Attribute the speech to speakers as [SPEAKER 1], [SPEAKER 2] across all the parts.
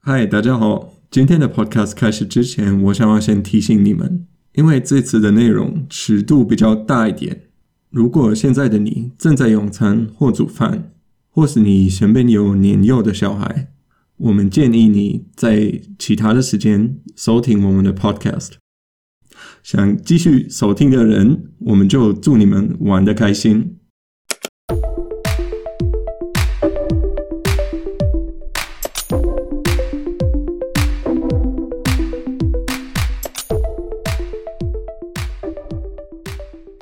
[SPEAKER 1] 嗨，大家好！今天的 podcast 开始之前，我想要先提醒你们，因为这次的内容尺度比较大一点。如果现在的你正在用餐或煮饭，或是你身边有年幼的小孩，我们建议你在其他的时间收听我们的 podcast。想继续收听的人，我们就祝你们玩得开心。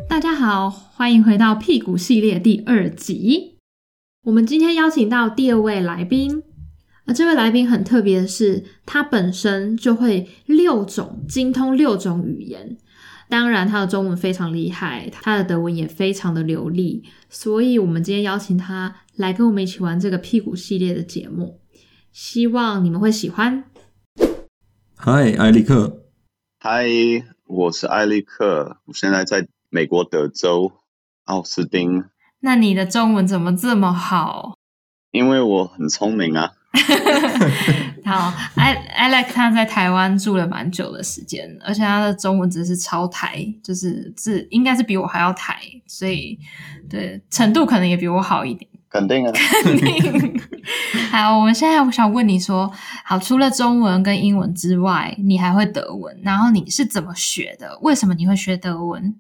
[SPEAKER 2] 大家好，欢迎回到屁股系列第二集。我们今天邀请到第二位来宾，而这位来宾很特别的是，他本身就会六种，精通六种语言。当然，他的中文非常厉害，他的德文也非常的流利，所以我们今天邀请他来跟我们一起玩这个屁股系列的节目，希望你们会喜欢。
[SPEAKER 1] 嗨，艾利克，
[SPEAKER 3] 嗨，我是艾利克，我现在在美国德州奥斯汀，
[SPEAKER 2] 那你的中文怎么这么好？
[SPEAKER 3] 因为我很聪明啊。
[SPEAKER 2] 好，I Alex 他在台湾住了蛮久的时间，而且他的中文真是超台，就是字应该是比我还要台，所以对程度可能也比我好一点。
[SPEAKER 3] 肯定啊，
[SPEAKER 2] 好，我们现在我想问你说，好，除了中文跟英文之外，你还会德文，然后你是怎么学的？为什么你会学德文？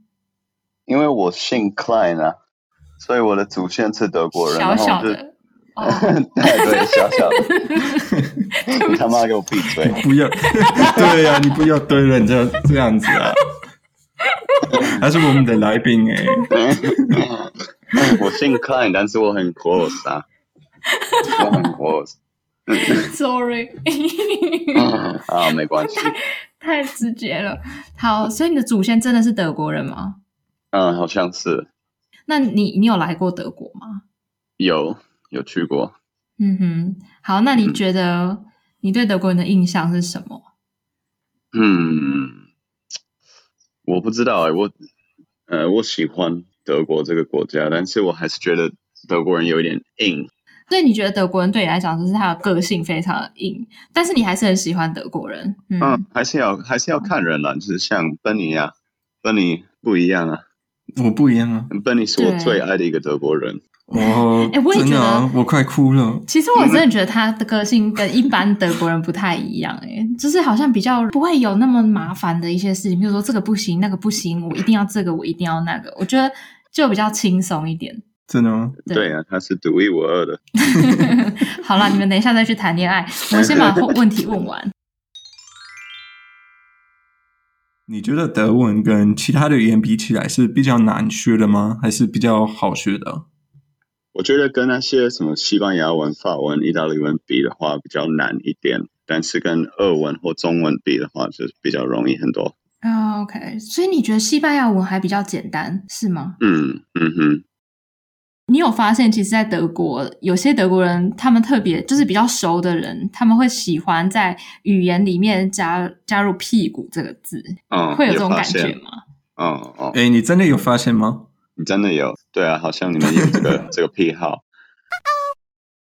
[SPEAKER 3] 因为我姓 Klein 啊，所以我的祖先是德国人，
[SPEAKER 2] 小小
[SPEAKER 3] 然后
[SPEAKER 2] 的，哦，
[SPEAKER 3] 我就对 对小小 的，你他妈给我闭嘴！
[SPEAKER 1] 哎不要， 对呀、你不要对人家这样子 啊！他是我们的来宾哎、
[SPEAKER 3] 我姓 Klein，但是我很 close 啊，我很 close
[SPEAKER 2] ，sorry，
[SPEAKER 3] 啊，没关系，
[SPEAKER 2] 太直接了。好，所以你的祖先真的是德国人吗？
[SPEAKER 3] 嗯，好像是
[SPEAKER 2] 那你你有来过德国吗？
[SPEAKER 3] 有有去过，
[SPEAKER 2] 嗯哼，好，那你觉得你对德国人的印象是什么？
[SPEAKER 3] 嗯，我不知道哎、我呃，我喜欢德国这个国家，但是我还是觉得德国人有一点硬。
[SPEAKER 2] 所以你觉得德国人对你来讲，就是他的个性非常的硬，但是你还是很喜欢德国人。嗯，
[SPEAKER 3] 嗯，还是要还是要看人啦，就是像奔尼啊，奔尼不一样啊，
[SPEAKER 1] 我不一样啊！
[SPEAKER 3] 奔尼是我
[SPEAKER 2] 对
[SPEAKER 3] 最爱的一个德国人。
[SPEAKER 1] 我
[SPEAKER 2] 哎我也
[SPEAKER 1] 真的、啊
[SPEAKER 2] 觉，
[SPEAKER 1] 我快哭了。
[SPEAKER 2] 其实我真的觉得他的个性跟一般德国人不太一样、欸，诶，就是好像比较不会有那么麻烦的一些事情，比如说这个不行，那个不行，我一定要这个，我一定要那个，我觉得就比较轻松一点。
[SPEAKER 1] 真的吗？
[SPEAKER 2] 对
[SPEAKER 3] 对啊，他是独一无二的。
[SPEAKER 2] 好了，你们等一下再去谈恋爱，我先把后问题问完。
[SPEAKER 1] 你觉得德文跟其他的语言比起来是比较难学的吗？还是比较好学的？
[SPEAKER 3] 我觉得跟那些什么西班牙文、法文、意大利文比的话，比较难一点，但是跟俄文或中文比的话，就是比较容易很多。
[SPEAKER 2] 啊、o k 所以你觉得西班牙文还比较简单是吗？
[SPEAKER 3] 嗯嗯哼，
[SPEAKER 2] 你有发现，其实，在德国有些德国人，他们特别就是比较熟的人，他们会喜欢在语言里面加加入“屁股”这个字，
[SPEAKER 3] 嗯，
[SPEAKER 2] 会有
[SPEAKER 3] 也
[SPEAKER 2] 这种
[SPEAKER 3] 发
[SPEAKER 2] 感觉
[SPEAKER 3] 现。
[SPEAKER 2] 吗？
[SPEAKER 3] 嗯嗯。
[SPEAKER 1] 哎，你真的有发现吗？
[SPEAKER 3] 你真的有？对啊，好像你们有 这个这个癖好。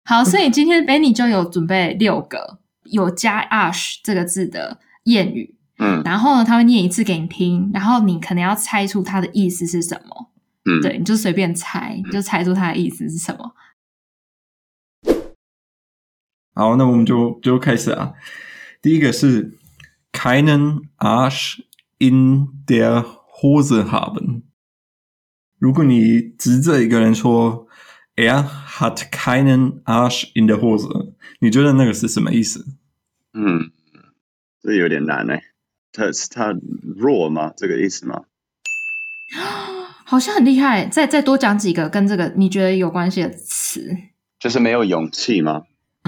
[SPEAKER 2] 好，所以今天 Benny 就有准备六个有加 “ash” 这个字的谚语，
[SPEAKER 3] 嗯
[SPEAKER 2] 然后呢，他会念一次给你听，然后你可能要猜出它的意思是什么。
[SPEAKER 3] 嗯，
[SPEAKER 2] 对，你就随便猜，你就猜出它的意思是什么。
[SPEAKER 1] 好，那我们就就开始啊。第一个是 keinen Arsch in der Hose haben。如果你指着一个人说 “Er hat keinen Arsch in der Hose”，你觉得那个是什么意思？
[SPEAKER 3] 嗯，这有点难哎、他是他弱吗？这个意思吗？
[SPEAKER 2] 好像很厉害，再再多讲几个跟这个你觉得有关系的词。
[SPEAKER 3] 就是没有勇气吗？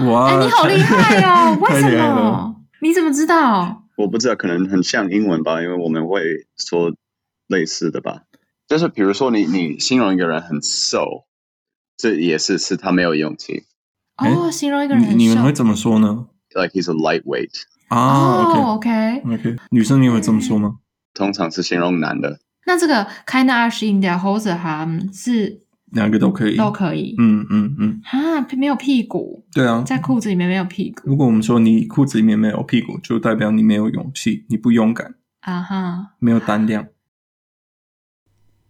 [SPEAKER 1] 哇，
[SPEAKER 2] 哎、你好厉害哦！为
[SPEAKER 1] 太
[SPEAKER 2] 什
[SPEAKER 1] 厉害了
[SPEAKER 2] 么？你怎么知道？
[SPEAKER 3] 我不知道，可能很像英文吧，因为我们会说类似的吧。就是比如说你你形容一个人很瘦，这也是是他没有勇气
[SPEAKER 1] 哎
[SPEAKER 2] 哦，形容一个人
[SPEAKER 1] 你
[SPEAKER 2] 很
[SPEAKER 1] 你们
[SPEAKER 2] 瘦
[SPEAKER 1] 会怎么说呢？
[SPEAKER 3] ，like he's a lightweight，
[SPEAKER 1] 啊、
[SPEAKER 2] 哦
[SPEAKER 1] o
[SPEAKER 2] ，OK、
[SPEAKER 1] k OK，女生你会这么说吗？
[SPEAKER 3] 通常是形容男的。
[SPEAKER 2] 那这个 kind of ash in their hose ham 嗯是
[SPEAKER 1] 两个都可以。
[SPEAKER 2] 都可以。
[SPEAKER 1] 嗯嗯嗯，
[SPEAKER 2] 啊，没有屁股，
[SPEAKER 1] 对啊。
[SPEAKER 2] 在裤子里面没有屁股
[SPEAKER 1] 如果我们说你裤子里面没有屁股，就代表你没有勇气，你不勇敢，
[SPEAKER 2] 啊哈，
[SPEAKER 1] 没有胆量。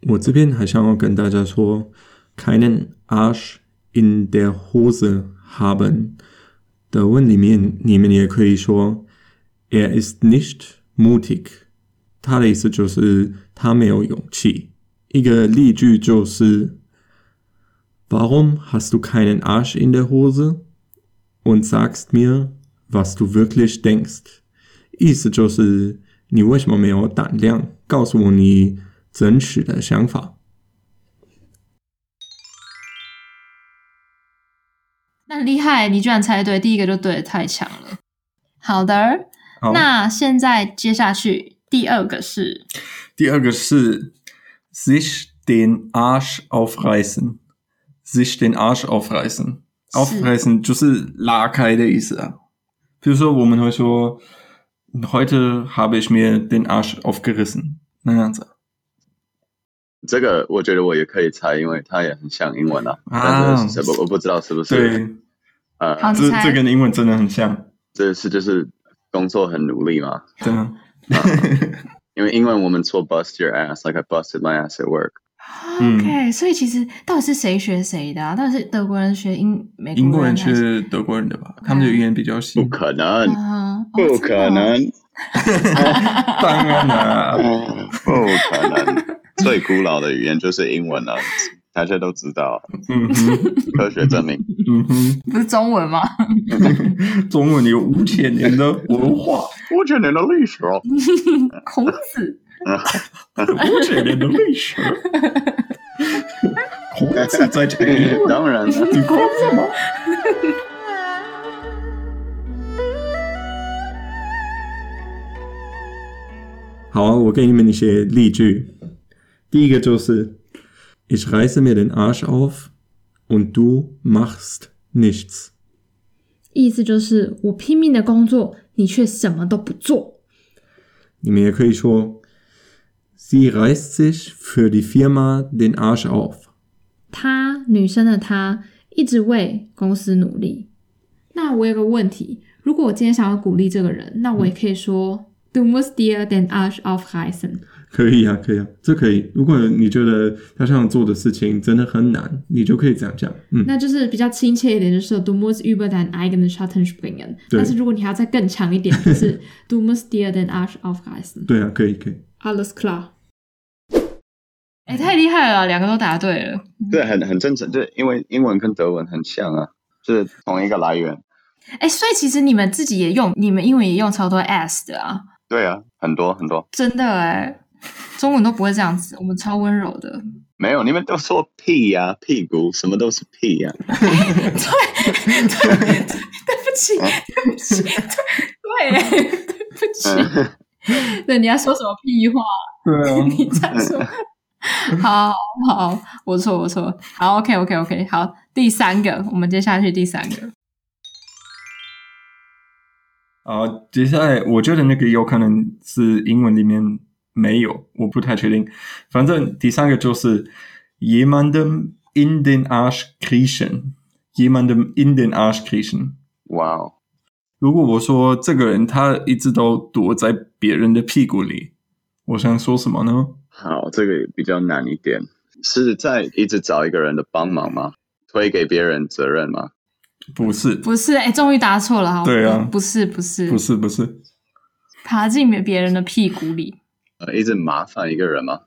[SPEAKER 1] 我这边还想要跟大家说，keinen Arsch in der Hose haben 的问里面，你们也可以说 er ist nicht mutig。他的意思就是他没有勇气。一个例句就是：Warum hast du keinen Arsch in der Hose und sagst mir, was du wirklich denkst？意思就是你为什么没有胆量告诉我你真实的想法？
[SPEAKER 2] 那很厉害，你居然猜对，第一个就对，太强了。好的，
[SPEAKER 1] 好，
[SPEAKER 2] 那现在接下去第二个是
[SPEAKER 1] 第二个是 sich den Arsch aufreißen。sich den Arsch aufreißen。aufreißen 就是拉开的意思啊。比如说我们会说，heute habe ich mir den Arsch aufgerissen，那样子啊
[SPEAKER 3] 这个我觉得我也可以猜，因为它也很像英文啊，
[SPEAKER 1] 啊
[SPEAKER 3] 但是我我不知道是不是
[SPEAKER 1] 对，
[SPEAKER 2] 好，
[SPEAKER 3] 呃，
[SPEAKER 2] 你
[SPEAKER 1] 这
[SPEAKER 2] 猜
[SPEAKER 1] 这跟英文真的很像，
[SPEAKER 3] 这是就是工作很努力嘛，
[SPEAKER 1] 对啊，
[SPEAKER 3] 因为英文我们说 bust your ass，like I busted my ass at work，
[SPEAKER 1] 嗯
[SPEAKER 2] 哦 OK，所以其实到底是谁学谁的啊？到底是德国人学英美
[SPEAKER 1] 英国
[SPEAKER 2] 国
[SPEAKER 1] 人
[SPEAKER 2] 还是
[SPEAKER 1] 学德国人的吧，他们的语言比较细
[SPEAKER 3] 不，可能，
[SPEAKER 2] 啊哈，
[SPEAKER 3] 不可能，
[SPEAKER 1] 当然啦，
[SPEAKER 3] 嗯不可能，最古老的语言就是英文了，大家都知道，
[SPEAKER 1] 嗯哼，
[SPEAKER 3] 科学证明。
[SPEAKER 1] 嗯哼。
[SPEAKER 2] 不是中文 吗？
[SPEAKER 1] 中文有五千年的文化，
[SPEAKER 3] 我觉得的历史哦，
[SPEAKER 2] 孔子，
[SPEAKER 1] 五千年的历史。孔子在讲英文，
[SPEAKER 3] 当然了。
[SPEAKER 1] 你孔子吗？好啊，我给你们一些例句。第一个就是：Ich reiße mir den Arsch auf und du machst nichts。
[SPEAKER 2] 意思就是我拼命的工作，你却什么都不做。
[SPEAKER 1] 你们也可以说，Sie reißt sich für die Firma den Arsch auf。
[SPEAKER 2] 她女生的她一直为公司努力。那我有个问题，如果我今天想要鼓励这个人，那我也可以说、Du musst dir den Arsch aufreißen。
[SPEAKER 1] 可以啊，可以啊，这可以。如果你觉得他想做的事情真的很难，你就可以这样讲。嗯，
[SPEAKER 2] 那就是比较亲切一点，就是 Du musst über dein eigenes Schatten springen。
[SPEAKER 1] 对
[SPEAKER 2] 但是如果你还要再更强一点，就是 Du musst dir den Arsch aufreißen。
[SPEAKER 1] 对啊，可以，可以。
[SPEAKER 2] Alles klar。哎、太厉害了，两个都答对了。
[SPEAKER 3] 这很很正常，这因为英文跟德文很像啊，是同一个来源。
[SPEAKER 2] 哎、所以其实你们自己也用，你们英文也用超多 s 的啊，
[SPEAKER 3] 对啊，很多很多。
[SPEAKER 2] 真的哎、中文都不会这样子，我们超温柔的。
[SPEAKER 3] 没有，你们都说屁呀、屁股，什么都是屁呀、
[SPEAKER 2] 对不起，对不起， 对， 对不起，
[SPEAKER 3] 嗯，
[SPEAKER 2] 对，你要说什么屁话？
[SPEAKER 1] 对啊
[SPEAKER 2] 你在说。
[SPEAKER 1] 嗯
[SPEAKER 2] 好好，我错我错。好，OK OK OK，好，第三个，我们接下去第三个。
[SPEAKER 1] 啊，接下来我觉得那个有可能是英文里面没有，我不太确定。反正第三个就是 jemandem in den Arsch kriechen。jemandem in den Arsch kriechen。
[SPEAKER 3] 哇哦，
[SPEAKER 1] 如果我说这个人他一直都躲在别人的屁股里，我想说什么呢？
[SPEAKER 3] 好，这个比较难一点，是在一直找一个人的帮忙吗？推给别人责任吗？
[SPEAKER 1] 不是，
[SPEAKER 2] 不是，哎，终于答错了，好，
[SPEAKER 1] 对啊
[SPEAKER 2] 不是不是
[SPEAKER 1] 不，是，不是，
[SPEAKER 2] 爬进别人的屁股里
[SPEAKER 3] 呃，一直麻烦一个人吗？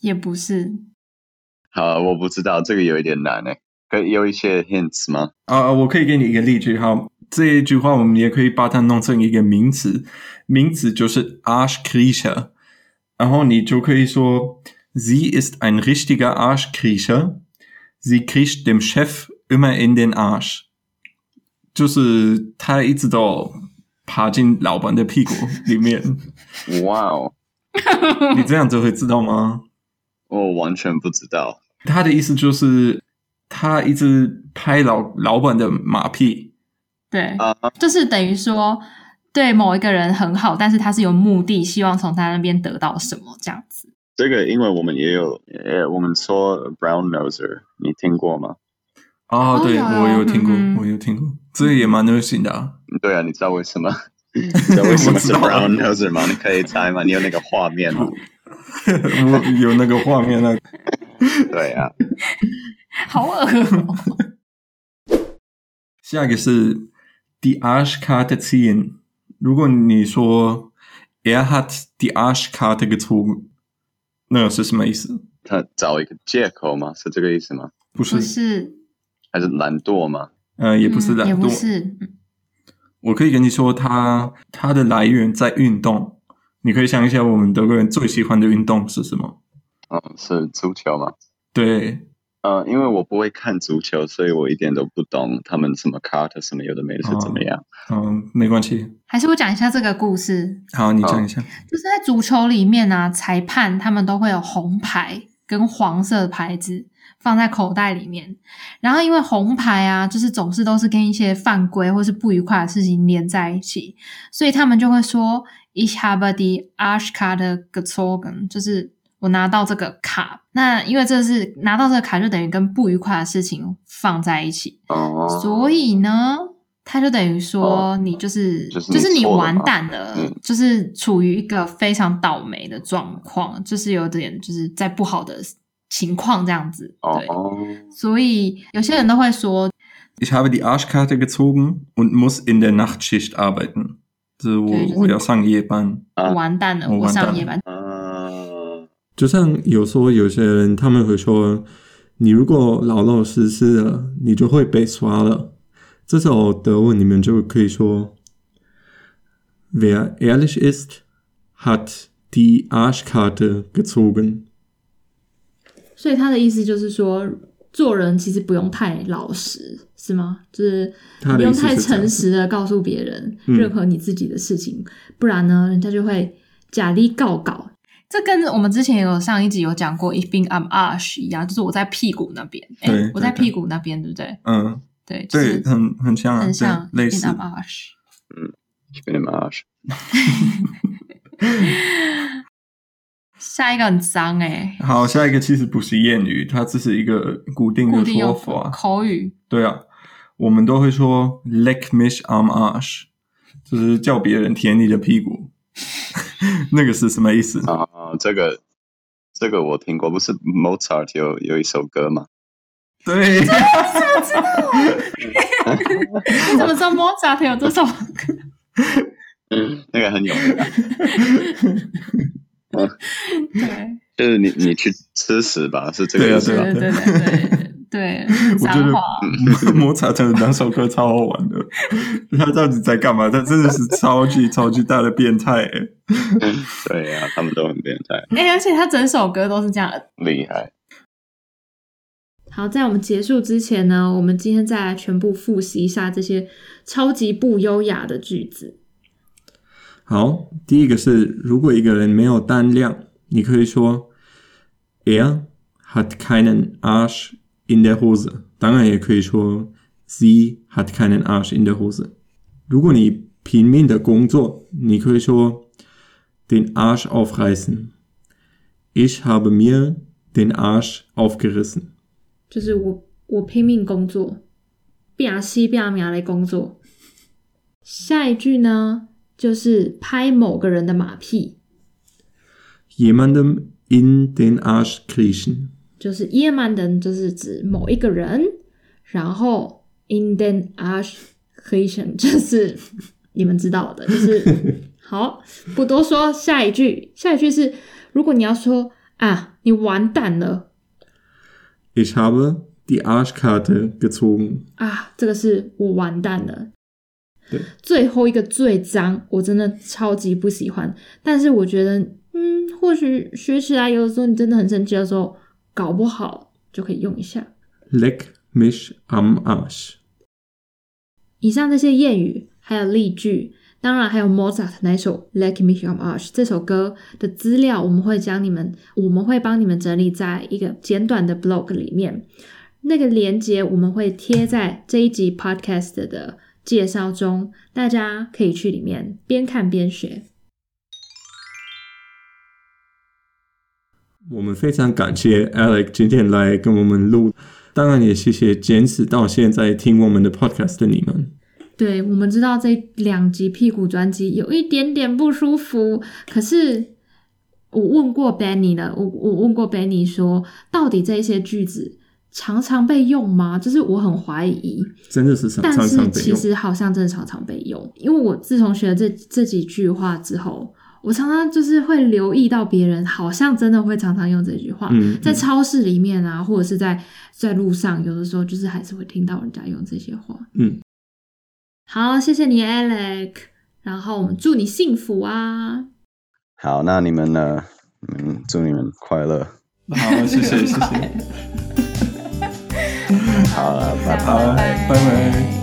[SPEAKER 2] 也不是，
[SPEAKER 3] 好，我不知道，这个有一点难诶。可以有一些 hints 吗？
[SPEAKER 1] 啊，我可以给你一个例句哈。这一句话我们也可以把它弄成一个名词，名词就是 Arschkriecher，然后你就可以说，Sie ist ein richtiger Arschkriecher. Sie kriecht dem Chef immer in den Arsch，就是他一直都爬进老板的屁股里面。
[SPEAKER 3] 哇哦，
[SPEAKER 1] 你这样子会知道吗？
[SPEAKER 3] 我完全不知道。
[SPEAKER 1] 他的意思就是他一直拍老老板的马屁。
[SPEAKER 2] 对，
[SPEAKER 3] 啊
[SPEAKER 2] 就是等于说对某一个人很好，但是他是有目的，希望从他那边得到什么这样子。
[SPEAKER 3] 这个英文我们也有，呃，我们说 brown noser，你听过吗？
[SPEAKER 1] 哦，
[SPEAKER 2] 哦
[SPEAKER 1] 对，
[SPEAKER 2] 有
[SPEAKER 1] 我有听过，
[SPEAKER 2] 嗯嗯
[SPEAKER 1] 我有听过，这个也蛮流行的啊、
[SPEAKER 3] 对啊，你知道为什么？ 你知道为什么是
[SPEAKER 1] 我知道
[SPEAKER 3] brown noser 吗？你可以猜吗？你有那个画面吗？
[SPEAKER 1] 我有那个画面啊了。
[SPEAKER 3] 对啊，
[SPEAKER 4] 好恶哦、
[SPEAKER 1] 下一个是 die Arschkarte ziehen。如果你说 er hat die Arschkarte gezogen，那是什么意思？
[SPEAKER 3] 他找一个借口吗？是这个意思吗？
[SPEAKER 1] 不
[SPEAKER 4] 不
[SPEAKER 1] 是，
[SPEAKER 4] 是，
[SPEAKER 3] 还是懒惰吗？
[SPEAKER 1] 呃，也不是
[SPEAKER 4] 嗯
[SPEAKER 1] 懒
[SPEAKER 4] 也不
[SPEAKER 1] 惰。
[SPEAKER 4] 是，嗯
[SPEAKER 1] 我可以跟你说它，它的来源在运动。你可以想一下，我们德国人最喜欢的运动是什么？
[SPEAKER 3] 嗯，是足球吗？
[SPEAKER 1] 对，
[SPEAKER 3] 呃，因为我不会看足球，所以我一点都不懂他们什么 cart 什么有的没的是怎么样。
[SPEAKER 1] 嗯，没关系。
[SPEAKER 4] 还是我讲一下这个故事，
[SPEAKER 1] 好，你讲一下。
[SPEAKER 4] 就是在足球里面啊，裁判他们都会有红牌跟黄色的牌子放在口袋里面，然后因为红牌啊，就是总是都是跟一些犯规或是不愉快的事情连在一起，所以他们就会说 Ich habe die Arschkarte gezogen，就是我拿到这个卡。那因为这是拿到这个卡，就等于跟不愉快的事情放在一起，
[SPEAKER 3] 哦，
[SPEAKER 4] 所以呢，他就等于说你就是、
[SPEAKER 3] 就是你
[SPEAKER 4] 就是你
[SPEAKER 3] 错了嘛
[SPEAKER 4] 完蛋了，
[SPEAKER 3] 嗯
[SPEAKER 4] 就是处于一个非常倒霉的状况，就是有点就是在不好的情况这样子。对，
[SPEAKER 3] 哦，
[SPEAKER 4] 所以有些人都会说，
[SPEAKER 1] Ich habe die Arschkarte gezogen und muss in der Nachtschicht arbeiten。这我
[SPEAKER 4] 对就是
[SPEAKER 1] 我要上夜班。
[SPEAKER 3] 啊
[SPEAKER 4] 完蛋了，
[SPEAKER 1] 我
[SPEAKER 4] 我
[SPEAKER 1] 完蛋
[SPEAKER 4] 上夜班。
[SPEAKER 3] 啊，
[SPEAKER 1] 就像有说有些人他们会说，你如果老老实实的，你就会被刷了。这首德文里面就可以说，Wer ehrlich ist, hat die Arschkarte gezogen。
[SPEAKER 2] 所以他的意思就是说，做人其实不用太老实，是吗？就是
[SPEAKER 1] 他
[SPEAKER 2] 不
[SPEAKER 1] 的意
[SPEAKER 2] 用
[SPEAKER 1] 思
[SPEAKER 2] 太
[SPEAKER 1] 是这样
[SPEAKER 2] 诚
[SPEAKER 1] 子
[SPEAKER 2] 实的告诉别人
[SPEAKER 1] 嗯
[SPEAKER 2] 任何你自己的事情，不然呢，人家就会假力告告。
[SPEAKER 4] 这跟我们之前有上一集有讲过 “if being am ash” 一样，就是我在屁股那边，哎
[SPEAKER 1] 对，
[SPEAKER 4] 我在
[SPEAKER 1] 对对
[SPEAKER 4] 屁股那边，对不对？
[SPEAKER 1] 嗯，
[SPEAKER 4] 对，就
[SPEAKER 1] 对
[SPEAKER 4] 是，
[SPEAKER 1] 很很像啊，
[SPEAKER 4] 很像
[SPEAKER 1] 对
[SPEAKER 4] “in
[SPEAKER 1] 类似。
[SPEAKER 4] am ash”。
[SPEAKER 3] ich bin im Arsch。
[SPEAKER 4] 下一个很脏哎、
[SPEAKER 1] 好，下一个其实不是谚语，它只是一个固定
[SPEAKER 4] 固
[SPEAKER 1] 的
[SPEAKER 4] 定
[SPEAKER 1] 说
[SPEAKER 4] 用
[SPEAKER 1] 法。
[SPEAKER 4] 口语，
[SPEAKER 1] 对啊，我们都会说 “leck mich am Arsch”，就是叫别人舔你的屁股。 那个是什么意思？
[SPEAKER 3] 啊，这个这个我听过，不是 Mozart 有有一首歌吗？
[SPEAKER 1] 对，
[SPEAKER 4] 你哎怎么知道 Mozart 有这首 歌？
[SPEAKER 3] 嗯，那个很有名、啊，
[SPEAKER 4] 对，
[SPEAKER 3] 就是你你去吃屎吧，是这个
[SPEAKER 1] 对啊
[SPEAKER 3] 意思
[SPEAKER 4] 对
[SPEAKER 3] 吧？
[SPEAKER 4] 对对对对对，
[SPEAKER 1] 我觉
[SPEAKER 4] 脏
[SPEAKER 1] 得
[SPEAKER 4] 话。
[SPEAKER 1] 摩擦的两首歌超好玩的，他到底在干嘛？他真的是超级超级大的变态、欸。
[SPEAKER 3] 对呀、他们都很变态，
[SPEAKER 4] 哎、而且他整首歌都是这样，
[SPEAKER 3] 厉害。
[SPEAKER 2] 好，在我们结束之前呢，我们今天再来全部复习一下这些超级不优雅的句子。
[SPEAKER 1] 好，第一个是如果一个人没有胆量，你可以说 Er hat keinen Arsch in der Hose。当然也可以说 Sie hat keinen Arsch in der Hose。如果你拼命的工作，你可以说 den Arsch aufreißen。Ich habe mir den Arsch aufgerissen。
[SPEAKER 2] 就是我我拼命工作，变西变苗来工作。下一句呢，就是拍某个人的马屁，
[SPEAKER 1] jemandem in den Arsch kriechen.
[SPEAKER 2] 就是野蛮人，就是指某一个人。然后 in den Arsch c r e a t i o n 就是你们知道的，就是好不多说。下一句，下一句是如果你要说啊，你完蛋了
[SPEAKER 1] Ich habe die Arschkarte gezogen.
[SPEAKER 2] 啊，这个是我完蛋了。
[SPEAKER 1] 对，
[SPEAKER 2] 最后一个最脏，我真的超级不喜欢。但是我觉得，嗯，或许学起来有的时候你真的很生气的时候，搞不好就可以用一下。
[SPEAKER 1] Leck mich am Arsch.
[SPEAKER 2] 以上这些谚语还有例句，当然还有 Mozart 那首《Like Me From Us》这首歌的资料，我们会将你们，我们会帮你们整理在一个简短的 blog 里面。那个链接我们会贴在这一集 podcast 的介绍中，大家可以去里面边看边学。
[SPEAKER 1] 我们非常感谢 Alec 今天来跟我们录，当然也谢谢坚持到现在听我们的 podcast 的你们。
[SPEAKER 2] 对，我们知道这两集屁股专辑有一点点不舒服，可是我问过 Benny 的，我我问过 Benny 说，到底这些句子常常被用吗？就是我很怀疑，
[SPEAKER 1] 真的是常
[SPEAKER 2] 但
[SPEAKER 1] 常
[SPEAKER 2] 是
[SPEAKER 1] 常被
[SPEAKER 2] 其
[SPEAKER 1] 用，
[SPEAKER 2] 实好像真的常常被用，因为我自从学了这这几句话之后，我常常就是会留意到别人好像真的会常常用这句话，
[SPEAKER 1] 嗯，
[SPEAKER 2] 在
[SPEAKER 1] 嗯
[SPEAKER 2] 超市里面啊，或者是在在路上，有的时候就是还是会听到人家用这些话。
[SPEAKER 1] 嗯，
[SPEAKER 2] 好，谢谢你，Alec。然后我们祝你幸福啊！
[SPEAKER 3] 好，那你们呢？嗯，祝你们快乐。
[SPEAKER 5] 好，谢 谢谢谢。
[SPEAKER 3] 好了，拜拜啊
[SPEAKER 5] 好拜拜
[SPEAKER 4] 拜